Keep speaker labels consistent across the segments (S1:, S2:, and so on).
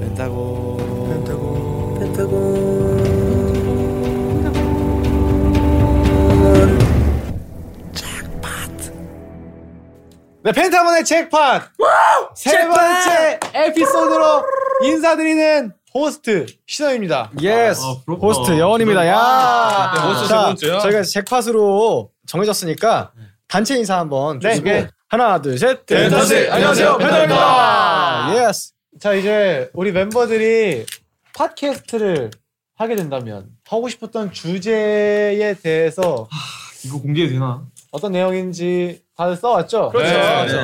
S1: 펜타곤 펜타곤 펜타곤
S2: 네, 펜타곤의 잭팟! 세 번째 에피소드로 인사드리는 호스트 신원입니다.
S3: 예스
S1: 아, 부럽다.
S3: 호스트 여원입니다. 야
S1: 아, 벌써 세
S3: 자,
S1: 번째야?
S3: 저희가 잭팟으로 정해졌으니까 단체 인사 한번
S2: 네,
S3: 주시고
S2: 네.
S3: 하나 둘셋
S1: 펜타씨, 네, 안녕하세요, 펜타입니다.
S3: 예스
S2: 자, 이제 우리 멤버들이 팟캐스트를 하게 된다면 하고 싶었던 주제에 대해서
S1: 이거 공개해도 되나?
S2: 어떤 내용인지 다들 써왔죠?
S1: 그렇죠.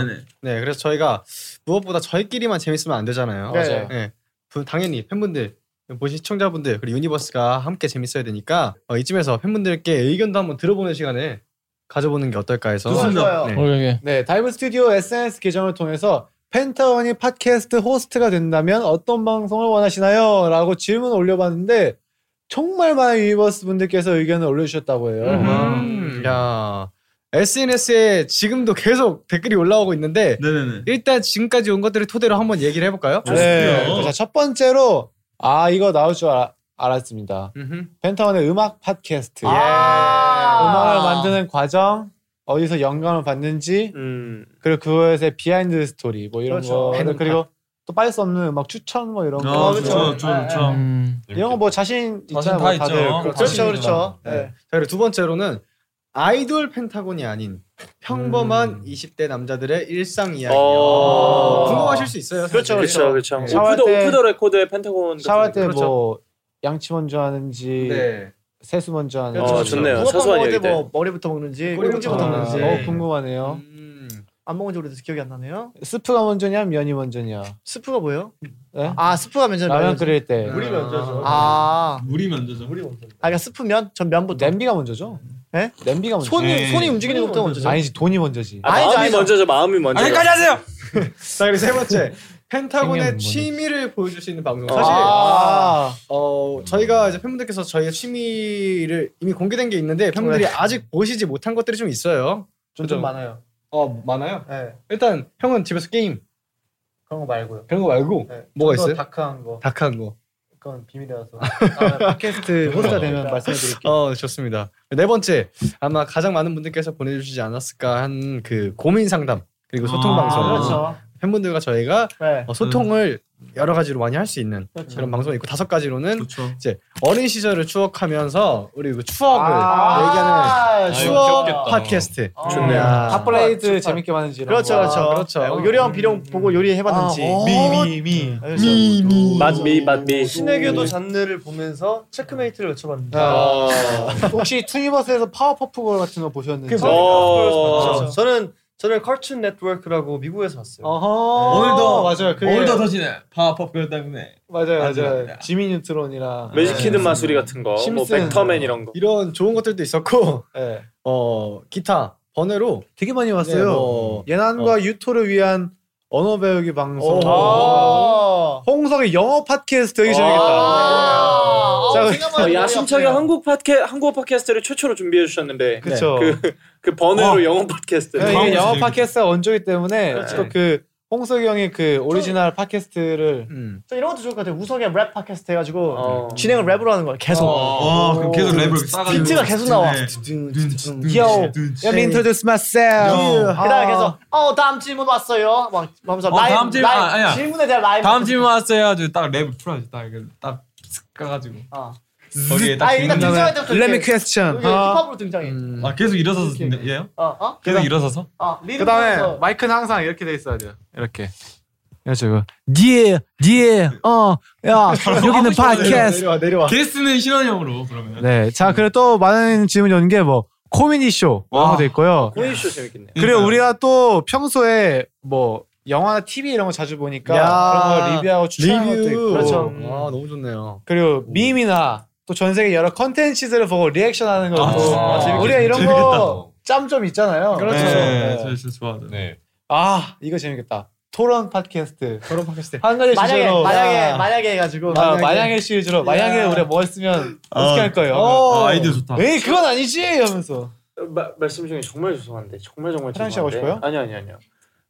S2: 네.
S3: 네 그래서 저희가 무엇보다 저희끼리만 재밌으면 안 되잖아요.
S2: 네.
S3: 맞아요. 네. 부- 당연히 팬분들 보신 시청자분들 그리고 유니버스가 함께 재밌어야 되니까 어, 이쯤에서 팬분들께 의견도 한번 들어보는 시간을 가져보는 게 어떨까 해서
S1: 좋습니다.
S2: 좋아요.
S3: 네.
S1: 예.
S4: 오케이
S2: 네, 다이브 스튜디오 SNS 계정을 통해서 펜타원이 팟캐스트 호스트가 된다면 어떤 방송을 원하시나요? 라고 질문을 올려봤는데 정말 많은 유니버스 분들께서 의견을 올려주셨다고 해요.
S3: 음, 야 SNS에 지금도 계속 댓글이 올라오고 있는데
S1: 네네네
S3: 일단 지금까지 온 것들을 토대로 한번 얘기를 해볼까요?
S2: 네. 자, 첫 번째로 아 이거 나올 줄 알, 알았습니다.
S3: 음흠.
S2: 펜타원의 음악 팟캐스트.
S3: 아. 예.
S1: 예.
S2: 음악을 만드는 과정, 어디서 영감을 받는지,
S3: 음.
S2: 그리고 그것의 비하인드 스토리 뭐 이런
S3: 그렇죠.
S2: 거,
S3: 팬-
S2: 그리고 또 빠질 수 없는 음악 추천 뭐 이런 거.
S5: 그렇죠.
S1: 아 그쵸
S2: 네.
S1: 저저
S2: 이런 거 뭐 자신 있잖아요.
S4: 자신
S2: 뭐
S4: 다
S2: 다들.
S4: 있죠.
S2: 그렇죠,
S4: 자신
S2: 그렇죠.
S3: 네.
S2: 네.
S3: 자 그리고 두 번째로는 아이돌 펜타곤이 아닌 평범한 20대 남자들의 일상 이야기.
S5: 어.
S3: 궁금하실 수 있어요.
S2: 그렇죠,
S3: 사실.
S2: 그렇죠.
S5: 그렇죠.
S3: 네.
S2: 샤워할
S5: 오프 더
S2: 때-
S5: 오프 더 레코드의 펜타곤.
S2: 샤워할 때 뭐
S3: 그렇죠.
S2: 양치 먼저 하는지,
S3: 네.
S2: 세수 먼저 하는지. 뭐
S5: 그렇죠, 어, 그렇죠.
S2: 아,
S5: 좋네요.
S6: 아, 뭐
S5: 사소한 이야기들.
S6: 머리부터 먹는지
S3: 꼬리부터
S6: 꼬리부터
S3: 먹는지.
S6: 먹는지
S2: 어, 궁금하네요.
S3: 음.
S6: 안 먹은 지 오래돼서 기억이 안 나네요.
S2: 스프가 먼저냐, 면이 먼저냐.
S6: 스프가 뭐예요?
S2: 네?
S6: 아 스프가 면전
S2: 라면 끓일 때.
S3: 우리 면저죠.
S6: 아,
S1: 물이 먼저죠 물이 먼저
S6: 아 그러니까 스프면 전 면부터.
S2: 냄비가 먼저죠.
S6: 예?
S2: 냄비가 먼저.
S6: 손이
S1: 네.
S6: 손이 움직이는 것부터 먼저죠.
S2: 아니지 돈이 먼저지.
S5: 아,
S6: 아니죠,
S5: 마음이
S6: 아니죠.
S5: 먼저죠. 마음이 먼저.
S4: 여기까지 하세요
S3: 자 그리고 세 번째
S4: 생각은
S3: 펜타곤의
S4: 뭐니?
S3: 취미를 보여줄 수 있는 방송.
S5: 아.
S3: 사실
S2: 아,
S3: 어 저희가 이제 팬분들께서 저희의 취미를 이미 공개된 게 있는데 팬분들이 아직 보시지 못한 것들이 좀 있어요.
S6: 좀,
S3: 그죠?
S6: 좀 많아요.
S3: 어 많아요?
S6: 네.
S3: 일단 형은 집에서 게임
S6: 그런 거 말고요.
S3: 그런 거 말고
S6: 네.
S3: 뭐가
S6: 그거
S3: 있어요?
S6: 다크한 거.
S3: 다크한 거.
S6: 그건 비밀이라서. 아, 팟캐스트 호스트가 되면 말씀드릴게요.
S3: 네, 어 좋습니다. 네 번째 아마 가장 많은 분들께서 보내주시지 않았을까 한 그 고민 상담 그리고 소통
S1: 아,
S3: 방송.
S6: 그렇죠.
S3: 팬분들과 저희가
S6: 네.
S3: 어, 소통을 여러 가지로 많이 할 수 있는
S6: 그렇죠.
S3: 그런 방송이 있고 다섯 가지로는
S1: 그쵸
S3: 이제 어린 시절을 추억하면서 우리 그 추억을 얘기하는
S1: 아유,
S3: 추억
S1: 귀엽겠다.
S3: 팟캐스트.
S6: 아,
S5: 좋네요.
S3: 야.
S2: 핫플레이드 재밌게 봤는지 이런
S6: 그렇죠,
S2: 거.
S6: 그렇죠.
S3: 아, 그렇죠.
S6: 네, 뭐 요령 비룡 보고 요리해 봤는지.
S1: 네.
S2: 아,
S6: 미미 미.
S3: 어?
S2: 음.
S1: 뭐,
S3: 미미.
S5: 맞미 맞미.
S6: 신에게도 잔느를 보면서 체크메이트를 외쳐봤는데.
S2: 아. 혹시 투니버스에서 파워퍼프 걸 같은 거 보셨는지?
S6: 그 뭐-
S5: 어.
S6: 그렇죠. 저는 저는 컬튼 네트워크라고 미국에서 봤어요.
S2: 어허.
S1: 오늘도-
S2: 맞아요. 그게
S1: 오늘도 터지네 파워퍼프 걸 때문에
S2: 맞아요,
S1: 네, 맞아요.
S2: 맞아요. 지미 뉴트론이랑
S5: 매직 키드 마수리 같은 거, 뭐
S2: 심슨.
S5: 벡터맨 이런 거.
S3: 이런 좋은 것들도 있었고
S2: 네.
S3: 어 기타 번외로
S2: 되게 많이
S3: 네,
S2: 봤어요.
S3: 뭐-
S2: 예난과 유토를 위한 언어 배우기 방송.
S3: 오.
S6: 어.
S2: 아. 홍석의 영어 팟캐스트 되게
S6: 아.
S2: 재밌겠다. 자, 그
S5: 어, 야심차게 한국 팟캐 한국 팟캐스트를 최초로 준비해 주셨는데 그,
S2: 그쵸.
S5: 그, 번외로 영어 팟캐스트.
S2: 그냥
S1: 방송
S2: 이게 영어
S1: 재밌겠다.
S2: 팟캐스트가 원조이기 때문에 또 그 홍석이 형이 그 오리지널 팟캐스트를
S3: 음.
S6: 저 이런 것도 좋을 것 같아요. 우석의 랩 팟캐스트 해가지고
S5: 어.
S6: 진행을 랩으로 하는 거야. 계속.
S2: 어.
S1: 와 어, 그럼 계속 랩을 싸가지고
S6: 비트가 계속 나와.
S1: 네.
S3: 음.
S6: 귀여워.
S2: Let me introduce myself.
S6: 그다음에 계속 어 다음 질문 왔어요. 막 하면서
S1: 어, 다음 질문, 아, 아니야.
S6: 질문에 대한 라임.
S1: 다음 질문 왔어요 해가지고 딱 랩을 풀어야지 딱 이렇게 딱 까가지고
S6: 아,
S1: 거기에 딱
S6: 아 일단
S1: 질문
S6: 등장할 때부터
S2: Let me
S6: 이렇게
S2: question.
S6: 이렇게 힙합으로 등장해.
S3: 음.
S1: 아 계속 일어서서 듣는 얘요?
S6: 어, 어,
S1: 계속 일어서서?
S6: 어. 리듬
S2: 그다음에
S6: 타면서.
S2: 마이크는 항상 이렇게 돼 있어야 돼요. 이렇게. 이렇죠. 이거. 니에 니에 어야 여기는 팟캐스트.
S3: 내려와 내려와.
S1: 게스트는 신원 형으로 그러면
S2: 네. 자, 그리고 또 많은 질문 연게뭐 코미디 쇼 이런
S1: 와.
S2: 것도 있고요.
S5: 코인쇼 재밌겠네요.
S2: 그리고 우리가 또 평소에 뭐 영화나 TV 이런 거 자주 보니까
S3: 야.
S2: 그런 걸 리뷰하고 추천하는 것도
S3: 리뷰.
S2: 있고
S3: 그렇죠. 아 너무 좋네요.
S2: 그리고 밈이나 또 전 세계 여러 컨텐츠들을 보고 리액션하는 것도 뭐
S1: 아, 재밌겠다.
S2: 우리가 이런 거 짬 좀 있잖아요.
S3: 그렇죠.
S1: 네,
S2: 네.
S1: 저 진짜 좋아하죠.
S7: 네.
S2: 아 이거 재밌겠다. 토론 팟캐스트
S3: 결혼 팟캐스트.
S2: 한 가지
S6: 만약에
S2: 주제로
S6: 만약에 만약에 해가지고
S2: 아, 만약에,
S3: 만약에
S2: 시리즈로 만약에 우리가 뭐 했으면 어떻게 할 거예요?
S1: 아, 아이디어 좋다.
S2: 에이 그건 아니지 하면서
S5: 마, 말씀 중에 정말 죄송한데 정말 정말
S2: 화장실
S5: 죄송한데
S2: 가고 싶어요?
S5: 아니요 아니요 아니요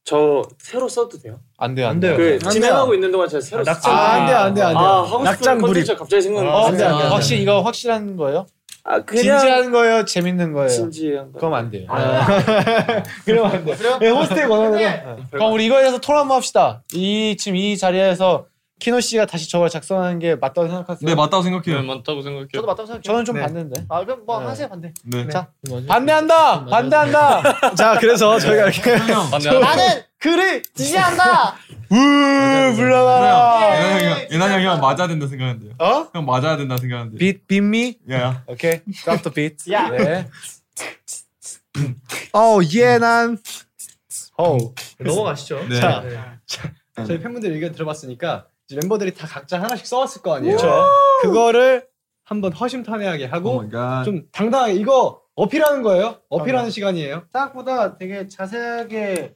S5: 저 새로 써도 돼요?
S1: 안돼
S6: 안
S2: 네,
S6: 돼요.
S5: 그
S3: 돼요.
S5: 진행하고 있는 동안 제가 새로
S6: 아, 낙장-
S5: 써요.
S3: 아, 안 돼, 안 돼, 안 돼.
S5: 아 하고
S3: 낙장 불입.
S5: 싶은 콘텐츠가 갑자기
S2: 어,
S5: 생각나서
S2: 근데
S6: 안 돼, 안 돼.
S2: 확실히 이거 확실한 거예요?
S5: 아 그냥
S2: 진지한 거예요? 재밌는 거예요?
S5: 진지한 거
S2: 그럼 안 돼요. 네.
S5: 아,
S2: 그러면 안 돼. 네, 호스트의 권한으로. 그럼 우리 이거에 대해서 토론 한번 합시다. 이 지금 이 자리에서 키노 씨가 다시 저걸 작성하는 게 맞다고 생각하세요?
S1: 네 맞다고 생각해요.
S4: 많다고 생각해요.
S6: 저도 맞다고 생각해요.
S2: 저는 좀
S3: 네.
S2: 봤는데.
S6: 아 그럼 뭐
S3: 네.
S6: 하세요 반대.
S1: 네.
S2: 자, 반대한다. 반대한다.
S3: 자 그래서 저희가 이렇게
S1: 형.
S4: 안 돼, 안 돼.
S6: 나는 그를 지지한다.
S2: 우 불러라.
S1: 예나 형, 예나 형, 형 맞아야 된다 생각하는데요.
S2: 어?
S1: 형 맞아야 된다 생각하는데.
S2: Beat beat me.
S1: 야야.
S2: 오케이. Drop the beat.
S6: 야.
S2: 네. 어, 예, 난. 어.
S6: 넘어가시죠.
S1: 네.
S3: 자,
S6: 네.
S3: 저희 팬분들 의견 들어봤으니까 이제 멤버들이 다 각자 하나씩 써왔을 거 아니에요.
S2: 그렇죠.
S3: 그거를 한번 허심탄회하게 하고
S1: 오마이갓.
S3: 뭐 좀 당당하게 이거 어필하는 거예요. 어필하는 시간이에요.
S2: 생각보다 되게 자세하게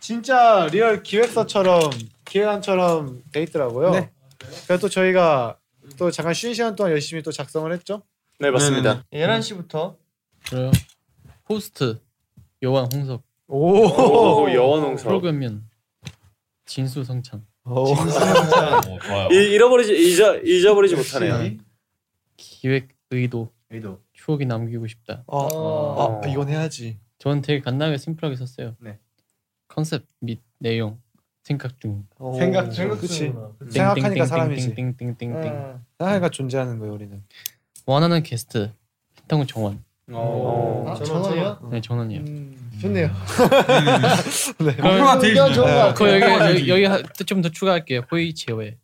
S2: 진짜 리얼 기획서처럼 기획안처럼 돼 있더라고요.
S3: 네.
S2: 그래서 또 저희가 또 잠깐 쉬는 시간 동안 열심히 또 작성을 했죠.
S5: 네 맞습니다.
S1: 네네네.
S6: 예란 씨부터.
S4: 그래요. 호스트 요한 홍석
S2: 오.
S5: 오 여원홍석.
S4: 프로그램면 진수 성찬
S2: 오.
S5: 이, 잃어버리지 잊어 잊어버리지 못하네요.
S3: 혹시
S4: 기획 의도
S3: 의도.
S4: 추억이 남기고 싶다.
S2: 어.
S5: 어.
S2: 아, 이건 해야지.
S4: 저는 되게 간단하게 심플하게 썼어요.
S3: 네.
S4: 컨셉 및 내용 생각 네. 중.
S2: 오.
S3: 생각 중.
S2: 그치.
S6: 그치.
S2: 음. 생각하니까 사람이지. 네.
S4: 띵띵띵띵띵띵.
S2: 생각하니까 존재하는 거예요 우리는.
S4: 원하는 게스트 팬텀 정원.
S5: 어.
S6: 아,
S2: 저는-
S6: 저는요. 음.
S4: 네 전원이요.
S2: 음.
S6: 좋네요.
S1: 목표가 뭐 제일
S6: 네. 의견 좋은
S1: 중요해요.
S6: 것
S4: 그 여기
S2: 네.
S1: 어,
S4: 여기, 여기 하- 좀더 추가할게요. 호의 제외.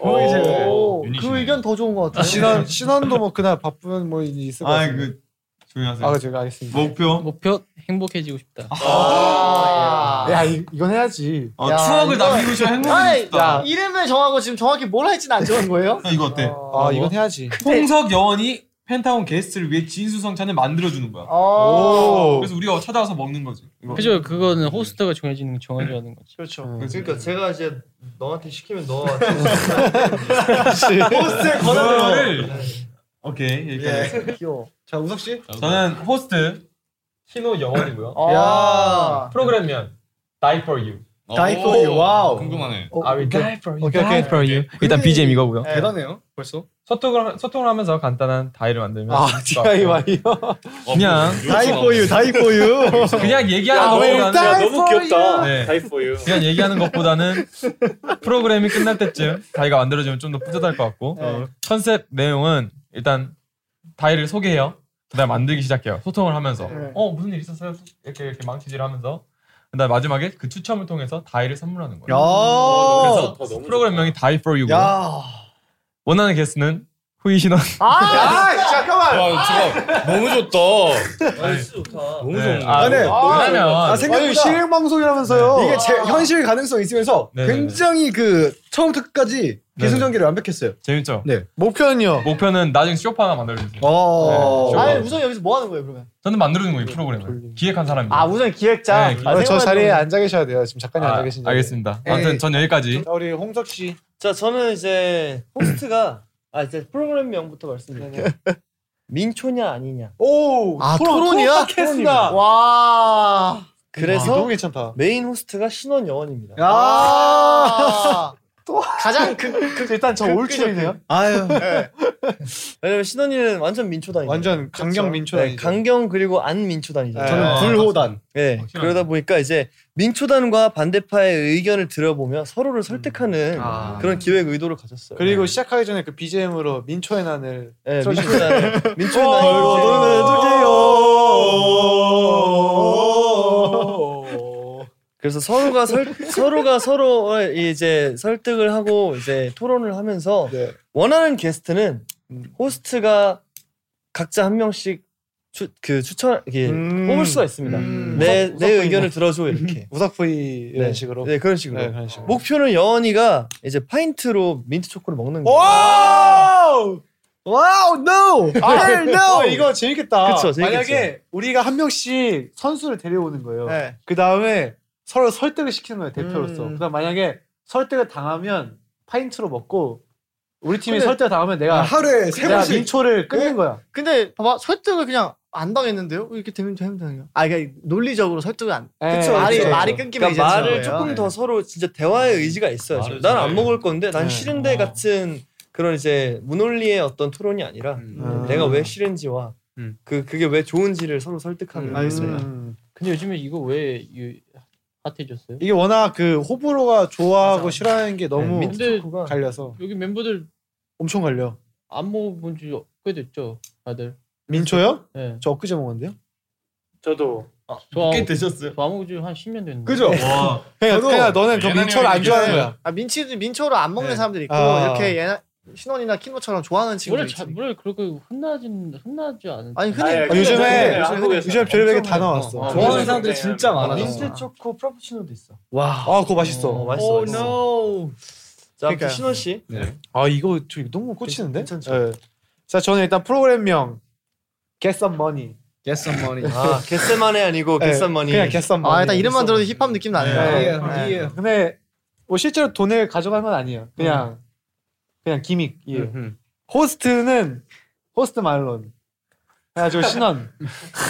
S3: 어, 이제 왜?
S6: 오,
S7: 유닛이네.
S6: 그 의견 더 좋은 것 같아요.
S2: 신원 신원도 뭐 그날 바쁘면 뭐 일이 있을 것 같아요.
S1: 아그 조용히 하세요.
S2: 아, 제가 알겠습니다.
S1: 목표.
S4: 목표 행복해지고 싶다.
S6: 아, 야.
S2: 야, 이, 이건 해야지.
S1: 어,
S6: 야,
S1: 추억을
S6: 이거-
S1: 남기고 싶어
S6: 아이,
S1: 행복했다.
S6: 이름을 정하고 지금 정확히 뭘 할지는 안 정한 거예요?
S1: 이거 어때?
S2: 아,
S6: 어.
S2: 이건 해야지.
S1: 홍석 여원이 펜타곤 게스트를 위해 진수성찬을 만들어주는
S6: 아.
S1: 거야.
S6: 어.
S1: 그래서 우리가 찾아와서 먹는 거지.
S2: 뭐.
S1: 이거.
S4: 그죠? 그거는 호스트가 정해지는 정해져 하는 거죠.
S6: 그렇죠.
S1: 그치?
S8: 그러니까 제가 이제 너한테 시키면 너
S3: 호스트의 권한으로.
S1: 그거를 오케이 여기까지.
S6: 귀여워.
S3: 자 우석 씨.
S1: 저는 호스트 키노 영원이고요.
S6: 아. 야.
S1: 프로그램면 Die for You.
S7: 어,
S3: Die for you, 와우. 어,
S7: 궁금하네.
S1: I will die for you.
S2: 오케이,
S1: die
S2: 오케이.
S1: for you. 일단 BGM 이거고요.
S6: 네.
S3: 대단해요. 벌써.
S1: 소통을 소통을 하면서 간단한 다이를 만들면
S2: 아, DIY요.
S7: 어,
S1: 그냥.
S7: 요즘
S3: 다이 for you, 다이 for you.
S1: 그냥 얘기하는
S5: 야, 너무,
S1: 것보다는
S5: 야, 너무 귀엽다.
S1: 네.
S5: Die for you.
S1: 그냥 얘기하는 것보다는 프로그램이 끝날 때쯤 다이가 만들어지면 좀 더 뿌듯할 것 같고
S6: 네.
S1: 컨셉 내용은 일단 다이를 소개해요. 그다음 만들기 시작해요. 소통을 하면서
S6: 네.
S1: 어 무슨 일 있었어요? 이렇게 이렇게 망치질하면서 그다음 마지막에 그 추첨을 통해서 다이를 선물하는
S3: 야.
S1: 거예요. 그래서
S5: 좋다, 너무
S1: 프로그램명이 Die for You고 요
S3: 야.
S1: 원하는 게스트는 후이 신원.
S6: 아,
S7: 와, 진짜 너무 좋다.
S5: 나이스 아, 뭐? 좋다.
S7: 너무
S1: 네.
S7: 좋은
S1: 아,
S7: 거.
S3: 네.
S1: 왜냐면
S3: 아
S2: 아니,
S3: 생각보다 네.
S2: 실행 방송이라면서요.
S3: 이게 제 현실 가능성 이 있으면서
S1: 네네네.
S3: 굉장히 그 처음부터 끝까지 기승전결이 완벽했어요.
S1: 재밌죠.
S2: 목표는요.
S1: 목표는 나중에 쇼파 하나 만들어주세요.
S3: 어.
S1: 네,
S6: 아,
S1: 좋아요.
S6: 우성 여기서 뭐 하는 거예요, 그러면?
S1: 저는 만들어주는 거예요 이 프로그램을 기획한 사람입니다.
S6: 아, 우성 기획자.
S1: 네,
S6: 아,
S2: 아, 저
S6: 생각해보면-
S2: 자리에 앉아 계셔야 돼요. 지금 작가님 앉아 계신데.
S1: 알겠습니다. 아무튼 전 여기까지.
S2: 자, 우리 홍석 씨.
S8: 자 저는 이제 호스트가 아 이제 프로그램 명부터 말씀드릴게요. 민초냐 아니냐.
S2: 오.
S6: 아,
S2: 토론,
S6: 토론이야?
S2: 토론 팟캐스트다.
S6: 와.
S2: 아,
S8: 그래서
S2: 너무 괜찮다.
S8: 메인 호스트가 신원 여원입니다.
S3: 야.
S6: 아. 가장 극,
S2: 일단 저 올킬이네요.
S3: 아유.
S8: 그 왜냐면 신원이는 완전 민초단이에요.
S2: 완전 강경 민초다.
S8: 네, 강경 그리고 안 민초단이죠.
S2: 네.
S3: 저는
S1: 아.
S3: 불호단.
S8: 네,
S1: 확실하네.
S8: 그러다 보니까 이제 민초단과 반대파의 의견을 들어보며 서로를 설득하는
S3: 아.
S8: 그런 기획 의도를 가졌어요.
S2: 음. 그리고 시작하기 전에 그 BGM으로 민초의 난을
S8: 네,
S2: 저기-
S8: 민초단의 민초의
S2: 어,
S8: 나이. 그래서 서로가 설, 서로가 서로를 이제 설득을 하고 이제 토론을 하면서
S2: 네.
S8: 원하는 게스트는
S2: 음.
S8: 호스트가 각자 한 명씩 추, 그 추천 이게
S2: 음.
S8: 뽑을 수가 있습니다.
S2: 음.
S6: 네.
S8: 내, 내
S2: 무섭- 무섭군요.
S8: 의견을 들어줘 이렇게.
S2: 우사프이 이런
S8: 네.
S2: 식으로.
S8: 네 그런 식으로.
S2: 네, 그런 식으로.
S8: 목표는 여원이가 이제 파인트로 민트 초코를 먹는 거.
S2: 와!
S3: 와우, no.
S2: 아,
S3: no.
S2: 어, 이거 재밌겠다.
S8: 그쵸, 재밌겠죠.
S2: 만약에 우리가 한 명씩 선수를 데려오는 거예요.
S6: 네.
S2: 그 다음에 서로 설득을 시키는 거예요 대표로서.
S6: 음.
S2: 그다음 만약에 설득을 당하면 파인트로 먹고 우리 팀이
S6: 근데-
S2: 설득 을 당하면
S3: 아,
S2: 내가
S3: 하루에 세
S2: 내가
S3: 번씩
S2: 민초를 끊는 거야.
S6: 근데 봐봐 설득을 그냥 안 당했는데요? 이렇게 되면 되면 되나요? 아, 그러니까 논리적으로 설득을 안.
S2: 에,
S6: 그쵸, 음. 말이
S8: 네, 그쵸.
S6: 말이
S8: 그러니까
S6: 끊기면 이제
S8: 말을
S6: 그런 거예요.
S8: 조금
S6: 네.
S8: 더 서로 진짜
S5: 음,
S8: 대화의 의지가 있어야죠. 난 안 먹을 건데 난
S6: 네.
S8: 싫은데 같은 그런 이제 무논리의 어떤 토론이 아니라
S6: 음.
S8: 내가 왜 싫은지와
S3: 음.
S8: 그 그게 왜 좋은지를 서로 설득하는.
S6: 음.
S8: 알겠습니다.
S2: 음.
S4: 근데 요즘에 이거 왜 유- 핫해졌어요?
S2: 이게 워낙 그 호불호가 좋아하고 싫어하는 게 너무
S4: 근데
S2: 갈려서
S4: 여기 멤버들
S2: 엄청 갈려.
S4: 안 먹어본 지 꽤 됐죠, 다들.
S2: 민초요?
S4: 예.
S2: 저 엊그제 먹었는데요.
S5: 저도
S4: 저안
S1: 드셨어요.
S4: 먹은 지한 10년 됐는데.
S1: 와.
S2: 그냥
S7: 저도
S2: 그냥 너는 그
S7: 예나님이
S2: 민초를 안 좋아하는 거야.
S6: 아, 민치 민초를 안 먹는
S7: 네.
S6: 사람들이 있고
S2: 아.
S6: 이렇게 예나, 신원이나 키노처럼 좋아하는 친구들
S4: 원래
S6: 있어.
S4: 자, 원래 그렇게 흔하진 흔하지 않은.
S6: 아니
S5: 아,
S6: 흔히
S5: 예,
S2: 아, 요즘에
S5: 근데 한국에서
S2: 요즘 별의별게 다 나왔어.
S4: 어,
S5: 좋아하는
S3: 좋아하는 사람들이
S5: 사람들이
S3: 진짜
S5: 진짜
S3: 많아.
S8: 민트 초코 프라푸치노도 있어.
S3: 와.
S2: 아 그거 맛있어.
S8: 어,
S2: 어,
S8: 맛있어. 맛있어.
S3: no.
S8: 자,
S6: 그러니까요.
S8: 신원 씨.
S2: 아 이거 저 너무 꽂히는데?
S6: 괜찮죠?
S2: 예. 자 저는 일단 프로그램명 Get Some Money.
S3: Get some money.
S8: 아, 겟세만이 아니고
S2: 예,
S8: 겟산머니.
S2: 그냥 Get Some Money.
S6: 아, 일단 이름만 들어도 힙합 느낌 나네요.
S3: 예,
S6: 네.
S3: 예.
S2: 근데 뭐 실제로 돈을 가져갈 건 아니에요. 그냥 그냥 기믹이에요. 예.
S3: 음.
S2: 호스트는 호스트 말론. 그래가지고 신원.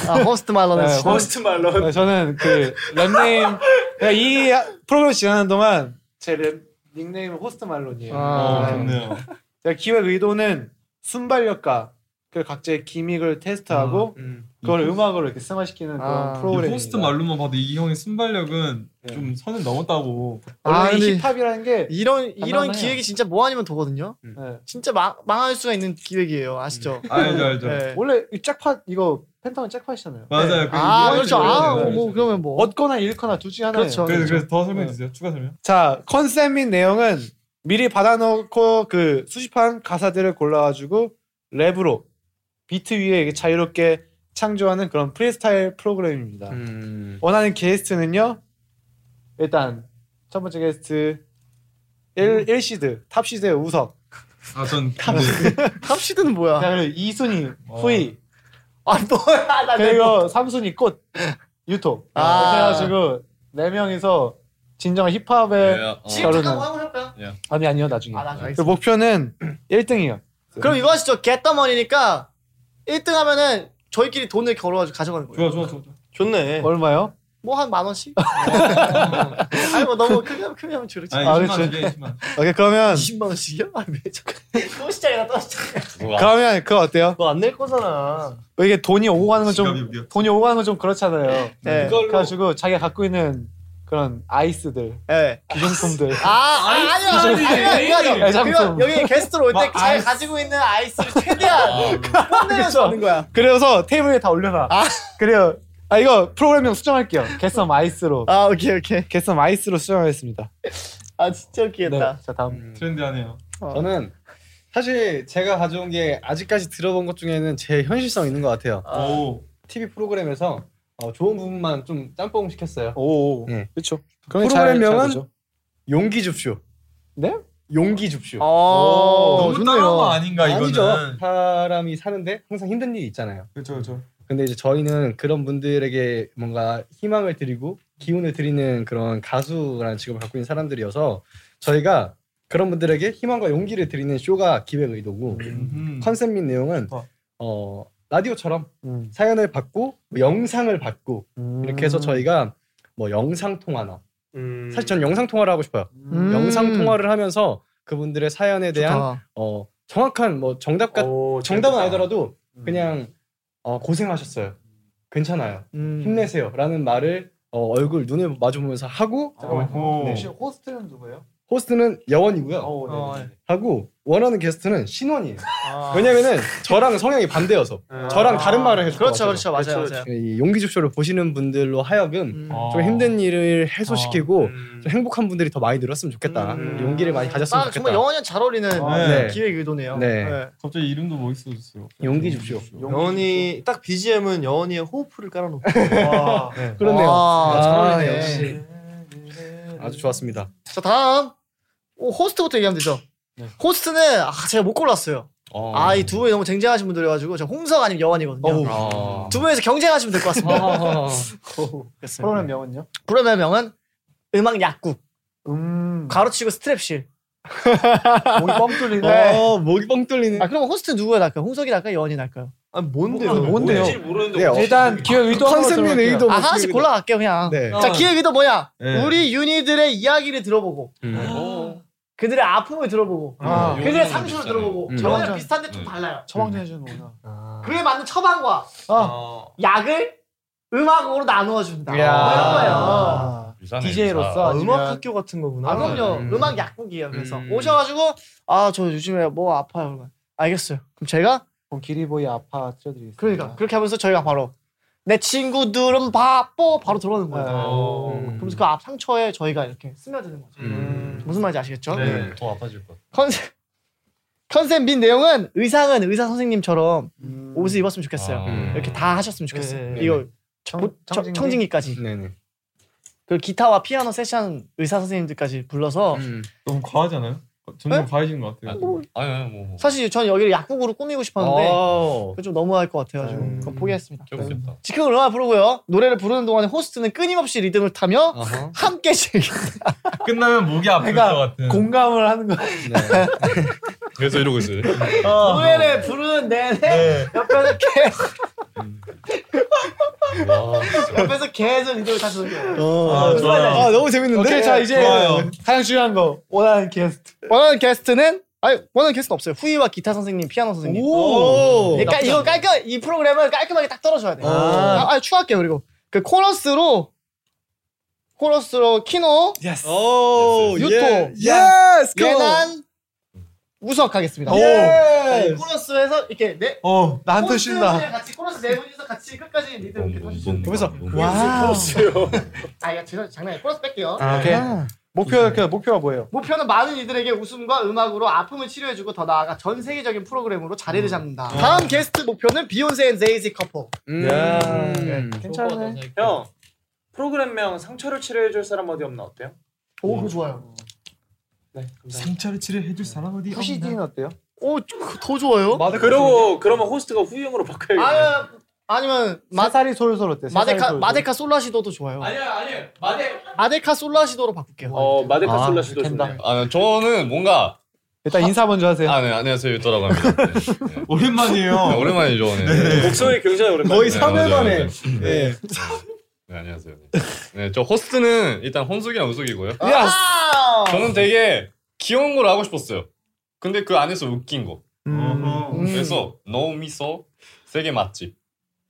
S6: 아, 호스트 말로는
S2: 네,
S6: 진짜-
S5: 호스트 말로
S2: 네, 저는 그 랩네임. 그러니까 이 프로그램 진행하는 동안 제 랩 닉네임은 호스트 말론이에요.
S6: 아,
S2: 네.
S1: 어, 좋네요.
S2: 제가 기획 의도는 순발력과 그 각자의 기믹을 테스트하고 그걸 음악으로 이렇게 승화시키는
S6: 아.
S2: 그런
S1: 이
S2: 프로그램.
S1: 호스트 말로만 봐도 이 형의 순발력은
S2: 네.
S1: 좀 선을 넘었다고.
S6: 아,
S2: 원래 이
S6: 근데
S2: 힙합이라는 게
S6: 이런 이런
S2: 간단하네요.
S6: 기획이 진짜 뭐 아니면 도거든요.
S2: 네.
S6: 진짜 망, 망할 수가 있는 기획이에요. 아시죠?
S1: 알죠 알죠.
S6: 네.
S2: 원래 이 짝팟 이거 펜타곤 짝팟이잖아요.
S1: 맞아요. 그
S6: 아,
S1: 이유가
S6: 그렇죠.
S1: 있어요.
S6: 아,
S1: 네.
S6: 뭐 그러면 뭐.
S2: 얻거나 잃거나 둘 중에 하나예요.
S6: 그렇죠.
S1: 그래서,
S6: 그렇죠.
S1: 그래서 더 설명해 주세요. 추가 설명.
S2: 자 컨셉 및 내용은 미리 받아놓고 그 수집한 가사들을 골라가지고 랩으로 비트 위에 이렇게 자유롭게 창조하는 그런 프리스타일 프로그램입니다.
S3: 음.
S2: 원하는 게스트는요 일단 첫 번째 게스트
S6: 음.
S2: 1, 일 시드 탑시드의 우석
S1: 아전
S6: 탑시드는 뭐야?
S2: 자, 그리고 2순위 후이
S6: 어. 아, 뭐야? 나 내가
S2: 그리고 3순위 꽃 유토
S6: 아.
S2: 이렇게 해가지고 4명이서 진정한 힙합의
S6: 지금 잠깐
S2: 결혼은-
S6: 뭐 한번 할까요?
S2: 아니 아니요 나중에
S6: 아, 나중에.
S2: 그 목표는 1등이요
S6: 그럼 이거 하시죠. 겟더머니니까 1등 하면은 저희끼리 돈을 걸어가지고 가져가는 거예요.
S1: 좋아 좋아 좋아. 좋아.
S8: 좋네.
S2: 얼마요?
S6: 뭐 한 만 원씩? 아니 뭐 너무 크게 하면 크게 하면 줄이지.
S1: 아니
S2: 아,
S1: 20만
S2: 그렇지.
S1: 이게 20만.
S2: 오케이 그러면
S6: 20만 원씩이요? 아왜 잠깐. 또 시작이다 또 시작.
S2: 그러면 그거 어때요?
S8: 너 안 낼 거잖아.
S2: 이게 돈이 오고 가는 건
S1: 지갑이
S2: 좀
S1: 여기요.
S2: 돈이 오고 가는 건 좀 그렇잖아요.
S6: 네.
S2: 그래가지고 자기가 갖고 있는 그런 아이스들,
S6: 예.
S2: 귀중품들.
S6: 아, 아 아니요 아니요 아니요 아니요.
S2: 아이스
S6: 그거
S2: 상품.
S6: 여기 게스트로 올 때
S1: 막
S6: 잘
S1: 아이스.
S6: 가지고 있는 아이스를 최대한 뽐내면서 하는 거야.
S2: 그래서 테이블에 다 올려놔.
S6: 아.
S2: 그래요. 아 이거 프로그램명 수정할게요. 개썸 아이스로.
S6: 아 오케이 오케이.
S2: 개썸 아이스로 수정하겠습니다.
S6: 아 진짜
S2: 네.
S6: 웃기겠다.
S2: 자 다음.
S1: 트렌디하네요.
S3: 저는 사실 제가 가져온 게 아직까지 들어본 것 중에는 제 현실성 있는 것 같아요.
S6: 아.
S1: 오.
S3: TV 프로그램에서 어, 좋은 부분만 좀 짬뽕 시켰어요.
S2: 오.
S3: 예.
S2: 그렇죠.
S3: 프로그램명은? 용기 줍쇼.
S2: 네?
S3: 용기 줍쇼.
S6: 어.
S1: 너무 따라한 거 아닌가 이거는.
S3: 아니죠. 사람이 사는데 항상 힘든 일이 있잖아요.
S1: 그렇죠 그렇죠.
S3: 근데 이제 저희는 그런 분들에게 뭔가 희망을 드리고 기운을 드리는 그런 가수라는 직업을 갖고 있는 사람들이어서 저희가 그런 분들에게 희망과 용기를 드리는 쇼가 기획 의도고
S1: 음.
S3: 컨셉 및 내용은
S1: 좋다.
S3: 어, 라디오처럼
S2: 음.
S3: 사연을 받고 뭐 영상을 받고 이렇게
S6: 음.
S3: 해서 저희가 뭐 영상 통화나 사실 전 영상 통화를 하고 싶어요.
S6: 음.
S3: 영상 통화를 하면서 그분들의 사연에 대한
S6: 좋다.
S3: 어, 정확한 뭐 정답
S5: 그러니까
S3: 같 정답은 아니더라도
S6: 음.
S3: 그냥 어, 고생하셨어요. 괜찮아요.
S6: 음.
S3: 힘내세요라는 말을 어, 얼굴 눈에 마주 보면서 하고
S2: 어,
S1: 오.
S2: 혹시 호스트는 누구예요?
S3: 호스트는 여원이고요.
S2: 어,
S6: 네.
S3: 하고 원하는 게스트는 신원이에요.
S6: 아.
S3: 왜냐면은 저랑 성향이 반대여서
S2: 어, 네. 아.
S3: 저랑 다른 말을 해서
S6: 그렇죠 그렇죠 맞아요
S5: 그렇죠,
S6: 맞아요.
S3: 이 용기줍쇼를 보시는 분들로 하여금
S6: 음. 어.
S1: 어.
S3: 좀 힘든 일을 해소시키고
S5: 음.
S3: 좀 행복한 분들이 더 많이 늘었으면 좋겠다.
S6: 음.
S3: 용기를 많이 가졌으면
S6: 아,
S3: 좋겠다.
S6: 정말 영원히 잘 어울리는
S1: 아,
S3: 네.
S6: 기획 의도네요.
S3: 네.
S1: 갑자기 이름도 멋있어졌어요.
S3: 용기 줍쇼.
S8: 여원이 딱 BGM은 여원이의 호흡을 깔아놓고.
S3: 그렇네요.
S6: 와, 잘 어울리네.
S3: 아, 역시 아주 좋았습니다.
S6: 자 다음 오, 호스트부터 얘기하면 되죠. 호스트는 아, 제가 못 골랐어요.
S3: 네. 어.
S6: 아 이 두 분이 너무 쟁쟁하신 분들이어가지고 저 홍석 아니면 여원이거든요.
S3: 아.
S6: 두 분에서 경쟁하시면 될
S2: 아,
S6: 것 같습니다.
S3: 어, 네.
S2: 프로그램 명은요?
S6: 프로그램 명은 음악 약국
S2: 음.
S6: 가로치고 스트랩실.
S2: 목이 뻥 뚫리네.
S3: 어, 목이 뻥 뚫리네. 음.
S6: 아 그럼 호스트 누구가 날까요? 홍석이 날까요? 여원이 날까요? 아 뭔데요?
S2: 아, 뭔데요?
S5: 뭔지 모르는데
S2: 네,
S5: 어떻게
S2: 일단 기획 의도
S3: 컨셉님 의도
S6: 아 하나씩 골라갈게요
S3: 뭐
S6: 그냥.
S3: 네.
S6: 자 기획이도 뭐냐?
S1: 네.
S6: 우리 윤희들의 이야기를 들어보고 그들의 아픔을 들어보고
S2: 아,
S6: 그들의 상처를 들어보고
S1: 음.
S6: 저랑
S2: 음.
S6: 비슷한데 좀 달라요.
S2: 처방전 해주는 거구나.
S6: 그에 맞는 처방과
S2: 아,
S6: 약을 음악으로 나누어 준다.
S2: 이야.
S6: 이런 거예요.
S1: 아.
S2: DJ로서
S6: 아,
S2: 음악
S6: 음악
S2: 학교 같은 거구나.
S6: 아, 그럼요.
S1: 음.
S6: 음. 악 약국이에요. 그래서
S1: 음.
S6: 오셔가지고 아 저 요즘에 뭐 아파요. 그러면 알겠어요. 그럼 제가
S2: 기리보이 아파 틀어드리겠습니다.
S6: 그러니까 그렇게 하면서 저희가 바로 내 친구들은 바빠 바로 들어오는 거예요.
S2: 아,
S6: 그러면서 그 앞 상처에 저희가 이렇게 스며드는 거죠.
S1: 음.
S6: 무슨 말인지 아시겠죠?
S1: 네.
S7: 더 아파질 것 같아.
S6: 컨셉 컨셉 및 내용은 의상은 의사 선생님처럼
S2: 음.
S6: 옷을 입었으면 좋겠어요.
S3: 아.
S1: 음.
S6: 네. 이렇게 다 하셨으면 좋겠어요.
S2: 네, 네, 네.
S6: 이거
S2: 청-
S6: 보- 청-
S2: 청진기?
S6: 청진기까지
S3: 네네.
S6: 그 기타와 피아노 세션 의사 선생님들까지 불러서
S1: 음. 너무 과하지 않아요? 점점 과해지는 것 같아요.
S7: 아니 아니 뭐 뭐.
S6: 사실 저는 여기를 약국으로 꾸미고 싶었는데
S3: 어.
S6: 그건 좀 너무할 것 같아가지고
S2: 음.
S6: 그건 포기했습니다.
S7: 재밌겠다.
S6: 즉흥 음악을 부르고요. 노래를 부르는 동안에 호스트는 끊임없이 리듬을 타며
S3: 아하.
S6: 함께 즐기.
S1: 끝나면 목이 아플
S2: 그러니까
S1: 것 같은.
S2: 공감을 하는 거.
S3: 네.
S7: 그래서 이러고 있어요.
S6: 노래를 부르는 내내 옆에서 계속
S7: 와.
S6: 옆에서 계속 리듬을 타시는 거예요.
S1: 아, 좋아요.
S2: 아, 너무 재밌는데. 오케이, 자 이제
S1: 좋아요.
S2: 가장 중요한 거 원하는 게스트.
S6: 원하는 게스트는 아니 원하는 게스트는 없어요. 후이와 기타 선생님, 피아노 선생님. 네, 그러니까
S2: 오.
S6: 이게 깔- 이거 깔끔 이 프로그램을 깔끔하게 딱 떨어져야 돼.
S2: 아.
S6: 아, 아 추가할게요 그리고 그 코러스로 코러스로 키노,
S2: 예스.
S8: 오,
S7: 예스,
S6: 유토,
S8: 예스,
S6: 예난, 우석 하겠습니다.
S2: 오. 예.
S6: 네, 코러스에서 이렇게 네
S2: 어, 나한테
S6: 코러스에
S2: 신나.
S6: 같이 코러스 네 분이서 같이 끝까지 리듬 이렇게 타주시면 돼요.
S2: 그래서
S6: 와.
S2: 와. 아,
S6: 아 이거 죄송 장난이에요. 코러스 뺄게요.
S2: 오케이. 목표 그 목표가 뭐예요?
S6: 목표는 많은 이들에게 웃음과 음악으로 아픔을 치료해주고 더 나아가 전 세계적인 프로그램으로 자리를 잡는다. 다음 게스트 목표는 비욘세 앤 제이지 커플.
S4: 음.
S2: 괜찮네.
S5: 형 프로그램명 상처를 치료해줄 사람 어디 없나 어때요?
S6: 오, 그거 좋아요.
S5: 네 감사합니다.
S1: 상처를 치료해줄 사람 어디
S2: 후시딘 어때요?
S6: 오, 그거 더 좋아요.
S5: 그러고 그러면 호스트가 후이형으로 바꿔야겠네.
S6: 아, 아니면 마,
S2: 마사리 솔솔 어때?
S6: 마데카 마데카 솔라시도도 좋아요.
S5: 아니요 아니요 마데
S6: 마데카 솔라시도로 바꿀게요.
S5: 어 마데카
S2: 아,
S5: 솔라시도
S2: 괜찮다.
S5: 좋네요.
S7: 아 저는 뭔가
S2: 일단 인사 먼저 하세요.
S7: 아네 안녕하세요 유토라고 합니다. 네. 네. 네,
S1: 오랜만이에요.
S7: 오랜만이죠. 네.
S5: 목소리 굉장히 오랜만에.
S3: 거의
S7: 네,
S3: 3회
S7: 맞아요,
S3: 만에.
S7: 맞아요. 네.
S3: 네.
S7: 네 안녕하세요. 네. 네, 저 호스트는 일단 혼숙이랑 우숙이고요.
S2: 아.
S3: 예스.
S7: 저는 되게 귀여운 걸 하고 싶었어요. 근데 그 안에서 웃긴 거.
S1: 음.
S7: 그래서 노미소 세계 맛집.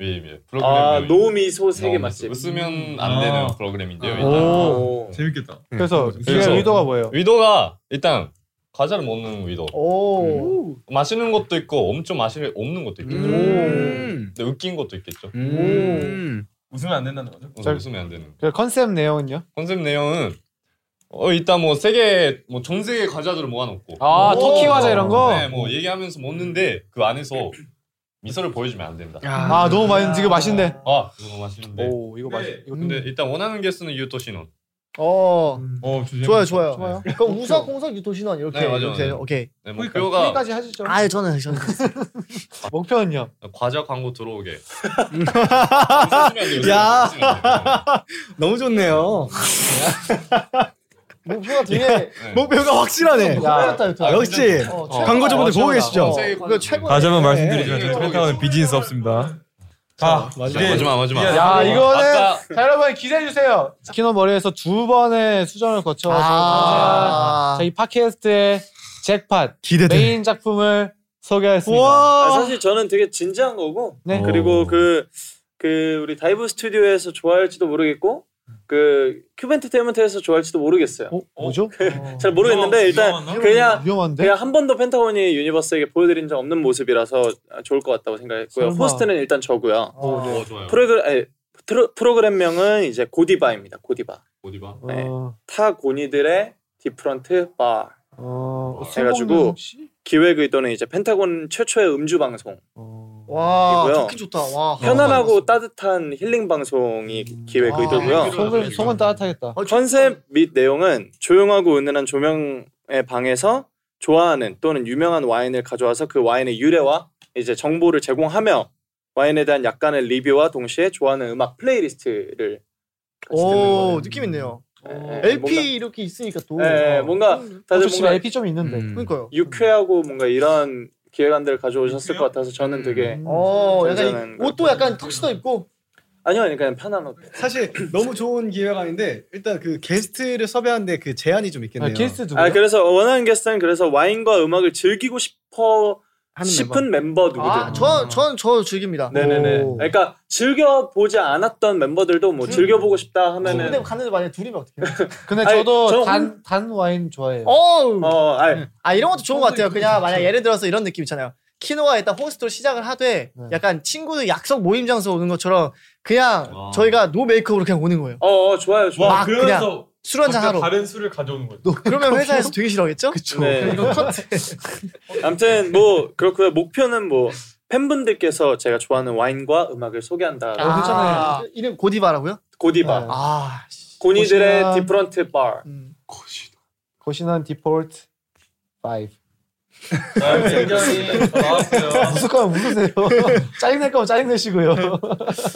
S7: 예예 프로그램.
S5: 아 노미소 세계 맛집.
S3: 음.
S7: 웃으면 안
S1: 아.
S7: 되는 프로그램인데요. 예. 일단.
S2: 오.
S5: 오.
S1: 재밌겠다.
S2: 그래서
S1: 네.
S2: 기획
S7: 그래서-
S2: 의도가 뭐예요?
S7: 위도가 일단 과자를 먹는 위도.
S6: 오.
S7: 맛있는 것도 있고 엄청 맛이 없는 것도 있겠죠.
S4: 음.
S7: 근데 웃긴 것도 있겠죠.
S4: 음.
S1: 웃으면 안 된다는 거죠?
S7: 그래서
S2: 잘-
S7: 웃으면 안 되는.
S2: 그 컨셉 내용은요?
S7: 컨셉 내용은 어 일단 뭐 세계 뭐전 세계 과자들을 모아놓고.
S2: 아 터키 과자 이런 거?
S7: 네, 뭐 얘기하면서 먹는데 그 안에서 미소를 보여주면 안 된다.
S2: 아 너무 많이 지금 맛있네.
S7: 아 이거 너무
S3: 네.
S7: 맛있는데.
S2: 오 이거 맛있. 이거
S7: 근데 일단 원하는 게스는 유토 신혼.
S6: 어.
S1: 어, 주제.
S6: 좋아요, 좋아요.
S2: 좋아요.
S6: 그럼 우석 공석 유토신원 이렇게
S7: 네, 맞아요,
S6: 이렇게
S7: 네.
S6: 오케이.
S7: 네,
S2: 그러니까
S7: 목표가
S2: 여기까지 하시죠.
S6: 아, 저는 저는
S2: 목표는요?
S7: 과자 광고 들어오게. 웃으면
S3: 야.
S7: 안 돼요, 웃으면 안 돼요.
S3: 너무 좋네요.
S6: 목표가 뭐, 되게
S7: 네.
S3: 목표가 확실하네.
S6: 목표였다
S3: 아,
S6: 유토.
S3: 역시
S6: 어, 최고다.
S7: 아,
S3: 광고주분들 아, 보고 계시죠?
S6: 어,
S7: 세계
S6: 그거 최고.
S1: 다시 한번
S3: 말씀드리지만
S7: 저희 팬타워는
S1: 비즈니스 없습니다.
S3: 아,
S1: 자,
S7: 네. 자, 아, 네. 마지막 마지막.
S2: 야 이거는
S7: 아까
S2: 자 여러분 기대해 주세요. 스키너 머리에서 두 번의 수정을 거쳐서
S6: 아.
S2: 자이 팟캐스트의 잭팟
S8: 기대돼.
S2: 메인 작품을 소개하겠습니다.
S5: 아,
S8: 와.
S5: 사실 저는 되게 진지한 거고
S2: 네.
S5: 그리고 그 그 우리 다이브 스튜디오에서 좋아할지도 모르겠고 그 큐벤트테인먼트에서 좋아할지도 모르겠어요.
S2: 어, 뭐죠?
S5: 잘
S2: 어,
S5: 모르겠는데 일단 그냥
S2: 위험한데?
S5: 그냥 한 번도 펜타곤이 유니버스에게 보여드린 적 없는 모습이라서 좋을 것 같다고 생각했고요.
S2: 설마.
S5: 호스트는 일단 저고요.
S6: 네.
S2: 어,
S1: 네.
S7: 어 좋아요.
S5: 프로그램 아니, 프로, 프로그램명은 이제 고디바입니다. 고디바
S7: 어디 봐.
S5: 네.
S2: 어,
S5: 타 고니들의 디프런트 바
S2: 어,
S5: 해가지고 기획 의도는 이제 펜타곤 최초의 음주 방송
S2: 어,
S6: 와,
S5: 이고요.
S6: 좋긴 좋다. 와.
S5: 편안하고 따뜻한 힐링 방송이
S2: 음.
S5: 기획
S6: 아,
S2: 네,
S5: 의도고요.
S2: 속은 속은 따뜻하겠다. 아,
S6: 어,
S5: 컨셉 및 내용은 조용하고 은은한 조명의 방에서 좋아하는 또는 유명한 와인을 가져와서 그 와인의 유래와 이제 정보를 제공하며 와인에 대한 약간의 리뷰와 동시에 좋아하는 음악 플레이리스트를 같이
S6: 어, 오,
S5: 듣는
S6: 느낌 있네요.
S5: 거예요. 예, 예,
S6: LP 이렇게 있으니까 또. 어.
S5: 뭔가, 예, 예, 뭔가 다들
S2: 저 지금
S5: 뭔가
S2: LP 좀 있는데.
S4: 음.
S6: 그러니까요.
S5: 유쾌하고 뭔가 이런 기획안들을 가져오셨을 것 같아서 저는 되게
S6: 어, 약간
S5: 괜찮은
S6: 이- 옷도
S5: 것
S6: 약간 턱시도 입고
S5: 아니요, 아니 그냥 편한 옷.
S3: 사실 너무 좋은 기획안인데 일단 그 게스트를 섭외하는데 그 제한이 좀 있겠네요.
S4: 케이스 누구야?
S5: 아 그래서 원하는 게스트는 그래서 와인과 음악을 즐기고 싶어 싶은 멤버, 누구든.
S6: 아, 저전저 즐깁니다.
S5: 네네네. 그러니까 즐겨 보지 않았던 멤버들도 뭐
S6: 음.
S5: 즐겨보고 싶다 하면은
S6: 근데 갔는데 만약 둘이면 어떻게?
S2: 근데
S5: 아니,
S2: 저도
S5: 저는
S2: 단, 단 와인 좋아해요.
S6: 어우.
S5: 어, 아니,
S6: 아 이런 것도 좋은 것 같아요. 그냥 만약 예를 들어서 이런 느낌 있잖아요. 키노가 일단 호스트로 시작을 하되
S2: 네.
S6: 약간 친구들 약속 모임 장소 오는 것처럼 그냥
S7: 와.
S5: 아.
S6: 저희가 노 메이크업으로 그냥 오는 거예요.
S5: 어, 어, 좋아요, 좋아.
S6: 막
S1: 와 그러면서
S6: 술 한잔
S1: 각자
S6: 하러.
S1: 다른 술을 가져오는 거죠.
S6: 그러면 회사에서 되게 싫어하겠죠?
S2: 그쵸.
S5: 네.
S6: 이거 컷.
S5: 아무튼 뭐 그렇고요. 목표는 뭐 팬분들께서 제가 좋아하는 와인과 음악을 소개한다.
S6: 아,
S2: 괜찮아요.
S6: 이름 고디바라고요?
S5: 고디바,
S2: 네.
S6: 아, 씨.
S5: 고니들의
S2: 고시나.
S5: 디프런트 바.
S6: 음.
S2: 거신한 디폴트 5.
S1: 아, 의견이 나왔어요.
S2: 웃을 거면 웃으세요. 짜증낼 거면 짜증내시고요.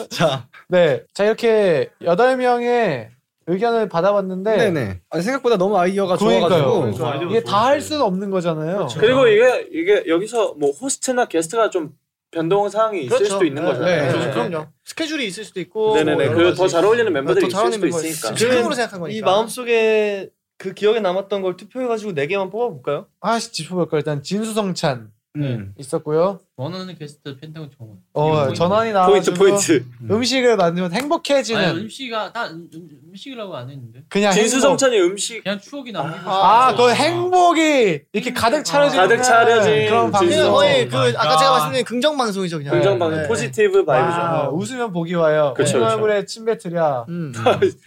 S3: 자,
S2: 네. 자, 이렇게 8명의 의견을 받아봤는데.
S3: 네네. 아니, 생각보다 너무 아이디어가
S2: 그러니까요. 네,
S3: 좋아가지고 예.
S2: 이게 다 할 수는 없는 거잖아요.
S5: 네, 그리고 이게 이게 여기서 뭐 호스트나 게스트가 좀 변동 사항이 있을 수도 있는
S6: 네,
S5: 거잖아요.
S6: 네,
S2: 네.
S6: 그럼요. 스케줄이 있을 수도 있고.
S5: 네, 네,
S6: 뭐
S5: 네.
S6: 여러
S5: 그리고
S6: 가지. 네,
S5: 더 잘 어울리는 멤버들이
S6: 더
S5: 있을 수도
S6: 잘 어울리는 멤버가
S5: 있으니까.
S6: 있을 수도 지금으로 생각한 거니까.
S8: 이 마음속에 그 기억에 남았던 걸 투표해가지고 네 개만 뽑아볼까요?
S2: 하나씩 짚어볼까요? 일단 진수성찬
S3: 음.
S2: 있었고요.
S4: 원하는 게스트 팬타곤 정원.
S2: 어,
S4: 포인트.
S2: 전환이
S5: 음. 포인트
S2: 나와서
S5: 포인트.
S2: 음식을 만들면 행복해지는
S4: 아니 음식이가 다 음, 음, 음식이라고 안 했는데
S6: 아,
S2: 그냥 행복.
S5: 진수성찬이 음식
S4: 그냥 추억이 남기고
S2: 아,
S4: 싶어서.
S2: 그 행복이 이렇게 가득 차려지는
S5: 가득 차려진
S2: 그런 네, 방식.
S6: 그냥
S5: 진수.
S6: 거의 그
S7: 오 마이
S6: 아까
S7: 갓.
S6: 제가 말씀드린 긍정 방송이죠 그냥.
S5: 네. 긍정 방송
S6: 네.
S5: 포지티브 바이브죠.
S2: 아, 웃으면 복이 와요.
S5: 그쵸,
S2: 웃는
S5: 그쵸.
S2: 얼굴에 침 뱉으랴.
S6: 음.
S2: 네.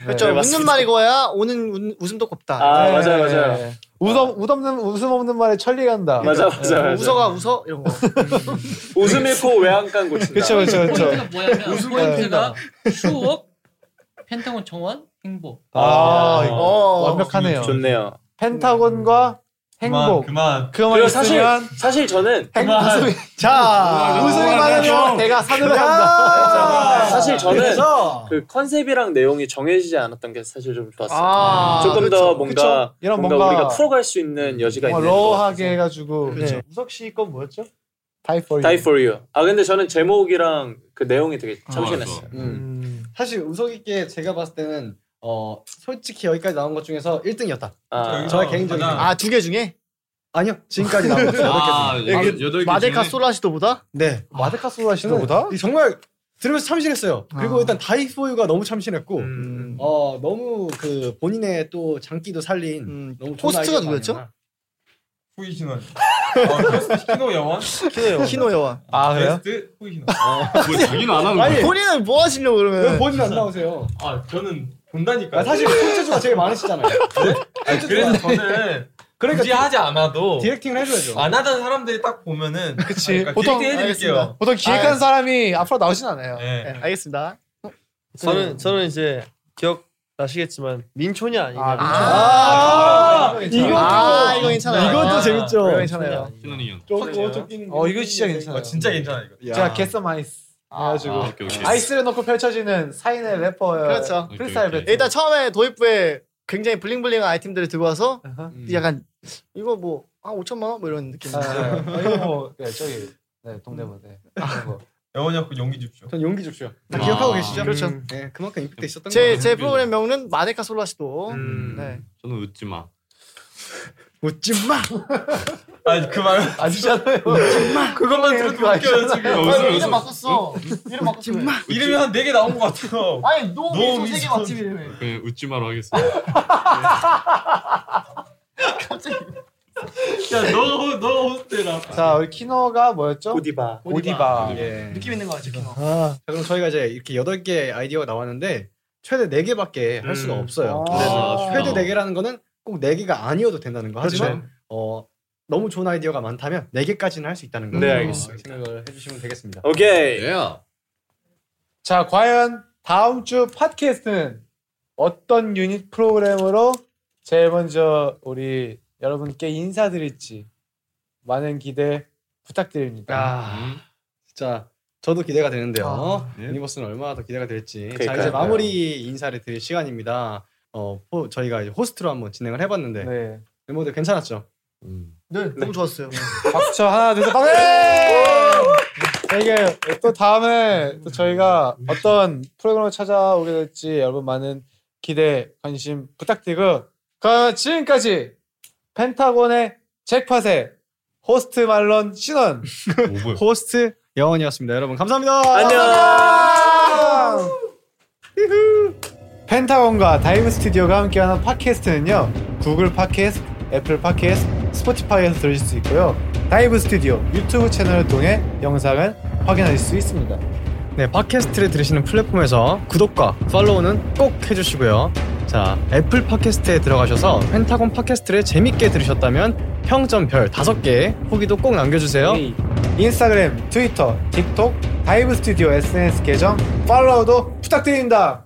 S6: 그렇죠.
S5: 네,
S6: 웃는
S5: 맞습니다.
S6: 말이 거야. 오는 웃- 웃음도 곱다.
S5: 아,
S2: 네.
S5: 맞아요, 맞아요.
S2: 웃, 웃 없는, 웃음 없는 말에 천리 간다.
S5: 맞아, 맞아, 맞아.
S6: 네. 웃어가 웃어 이런 거.
S5: 웃음 잃고 외양간 고친다.
S2: 그쵸, 그쵸, 그쵸.
S4: 포인트가 뭐냐면
S2: 웃음이
S4: 포인트가 추억 펜타곤 정원 행복
S2: 아, 이거
S6: 어.
S2: 완벽하네요.
S5: 좋네요.
S2: 펜타곤과 행복.
S1: 그만.
S2: 그만
S5: 그리고 사실
S2: 음. 있으면
S5: 사실 저는
S2: 행복 웃음이
S6: 자,
S2: 웃음이 많으면 내가 사는 한다.
S5: 사실 저는
S2: 그래서
S5: 그 컨셉이랑 내용이 정해지지 않았던 게 사실 좀 좋았어요.
S6: 아,
S5: 조금 더 뭔가
S2: 그렇죠. 그쵸. 이런
S5: 뭔가,
S2: 뭔가
S5: 우리가 풀어갈 수 있는 여지가
S2: 정말
S5: 있는 것 같아서.
S2: 러하게 해가지고 네.
S8: 우석 씨 건 뭐였죠?
S2: Die for
S5: Die
S2: you.
S5: for you. 아 근데 저는 제목이랑 그 내용이 되게
S7: 아,
S5: 참신했어요.
S3: 음.
S2: 음.
S3: 사실 우석 있게 제가 봤을 때는 어 솔직히 여기까지 나온 것 중에서 1등이었다.
S5: 아,
S3: 저의 개인적인
S7: 가장-
S6: 아, 두 개 중에
S3: 아니요 지금까지 나온 것 중에서
S7: 아, 여덟 개 중에-
S6: 마데카 솔라시도보다
S3: 네
S2: 마데카 솔라시도보다?
S3: 이 정말 들으면서 참신했어요. 그리고
S6: 아.
S3: 일단 다이포유가 너무 참신했고
S5: 음.
S3: 어 너무 그 본인의 또 장기도 살린
S6: 음,
S3: 너무 좋은
S6: 호스트가
S3: 아이디어가
S6: 누구였죠?
S3: 아니었나.
S1: 후이신원. 어, 키노 영원.
S6: 키노 여왕.
S2: 아, 그래요?
S1: 베스트 후이신원.
S7: 뭐 자기는 안 하는
S5: 음.
S7: 거야?
S3: 아니
S6: 본인은 뭐 하시려고
S3: 왜
S6: 그러면?
S3: 본인 안 나오세요?
S1: 아 저는 본다니까요.
S3: 아, 사실 콘텐츠가 제일 많으시잖아요.
S1: 아니, 그래서 저는
S3: 그러니까
S1: 굳이 하지 어. 않아도
S3: 디렉팅을 해줘야죠.
S1: 안 하던 사람들이 딱 보면은
S2: 그치.
S1: 그러니까
S2: 보통
S1: 기획 때 해드릴게요.
S2: 보통
S6: 아, 예.
S2: 기획한 사람이 앞으로 나오진 않아요.
S1: 네.
S6: 네, 알겠습니다.
S8: 저는 저는 이제 기억 나시겠지만 민촌이 아니냐.
S2: 아, 그렇죠. 민촌.
S3: 아, 이거
S6: 아, 이거 괜찮아요.
S3: 이것도
S6: 아,
S3: 재밌죠.
S6: 이거 괜찮아요.
S7: 신원이형.
S1: 네.
S3: 저거 쫓기는
S2: 어, 이거 진짜 괜찮아요.
S1: 아, 진짜 괜찮아 이거.
S3: 야.
S2: 제가 개썸 아이스
S7: 아,
S2: 해가지고
S7: 오케이, 오케이.
S2: 아이스를 넣고 펼쳐지는 사인의 래퍼 어,
S6: 그렇죠.
S2: 프리스타일
S7: 오케이, 오케이.
S2: 배틀
S6: 일단 처음에 도입부에 굉장히 블링블링한 아이템들을 들고 와서
S5: 음.
S6: 약간 이거 뭐 한 5천만 원 뭐 이런 느낌.
S2: 아, 이거 뭐 네, 저기 네, 동대문 네. 그런 거.
S1: 영원이 형그 용기 줍쇼.
S3: 전 용기 줍쇼. 다
S7: 아.
S3: 기억하고 계시죠?
S6: 그렇죠.
S3: 네, 그만큼 임팩트 있었던
S6: 제
S3: 거예요.
S6: 제 프로그램 명은 마데카 솔라시도.
S5: 음.
S6: 네.
S7: 저는 웃지 마.
S3: 웃지 마.
S1: 아니 그 말은
S2: 아시잖아요.
S1: 그것만 들어도 웃겨요 지금.
S7: 웃음,
S6: 아, 이름
S7: 웃음.
S6: 바꿨어. 이름 바꿨어.
S1: 이름이 한 네 개 나온 것 같아요.
S6: 아니 노미
S1: 노미소.
S6: 소세계 맛집 이름이.
S7: 그냥 웃지 마로 하겠습니다.
S1: 야너 너 호스트라.
S2: 자, 우리 키노가
S5: 아,
S2: 뭐였죠?
S5: 고디바.
S2: 오디바.
S3: 예.
S6: 느낌 있는 거 같죠 키노.
S2: 아,
S3: 자, 그럼 저희가 이제 이렇게 여덟 개 아이디어가 나왔는데 최대 네 개밖에 할 수가
S5: 음.
S3: 없어요.
S2: 아.
S3: 그래서 최대 네 개라는 거는 꼭 네 개가 아니어도 된다는 거.
S5: 그렇죠.
S3: 하지만 어 너무 좋은 아이디어가 많다면 네 개까지는 할 수 있다는 거. 어,
S5: 네, 알겠습니다.
S3: 생각을 해주시면 되겠습니다.
S5: 오케이.
S7: 예.
S2: 자, 과연 다음 주 팟캐스트는 어떤 유닛 프로그램으로 제일 먼저 우리 여러분께 인사드릴지 많은 기대
S5: 음.
S2: 부탁드립니다.
S3: 아, 진짜 저도 기대가 되는데요.
S7: 네.
S3: 유니버스는 얼마나 더 기대가 될지. 자 이제
S5: 아, 그러니까요.
S3: 마무리 인사를 드릴 시간입니다. 어, 포- 저희가 이제 호스트로 한번 진행을 해봤는데
S2: 네.
S3: 멤버들 괜찮았죠?
S6: 네, 너무 좋았어요.
S2: 박수 하나 둘셋 박수! 자, 이게 또 다음에 또 저희가 어떤 프로그램을 찾아오게 될지 여러분 많은 기대 관심 부탁드리고 그럼 지금까지 펜타곤의 잭팟의 호스트 말론 신원
S7: 뭐야?
S3: 호스트 영원이었습니다. 여러분 감사합니다.
S2: 안녕! 펜타곤과 다이브 스튜디오가 함께하는 팟캐스트는요 구글 팟캐스트, 애플 팟캐스트, 스포티파이에서 들으실 수 있고요 다이브 스튜디오 유튜브 채널을 통해 영상을 확인하실 수 있습니다
S3: 네, 팟캐스트를 들으시는 플랫폼에서 구독과 팔로우는 꼭 해주시고요. 자, 애플 팟캐스트에 들어가셔서 펜타곤 팟캐스트를 재밌게 들으셨다면 평점 별 5개 후기도 꼭 남겨주세요.
S2: 인스타그램, 트위터, 틱톡, 다이브 스튜디오 SNS 계정 팔로우도 부탁드립니다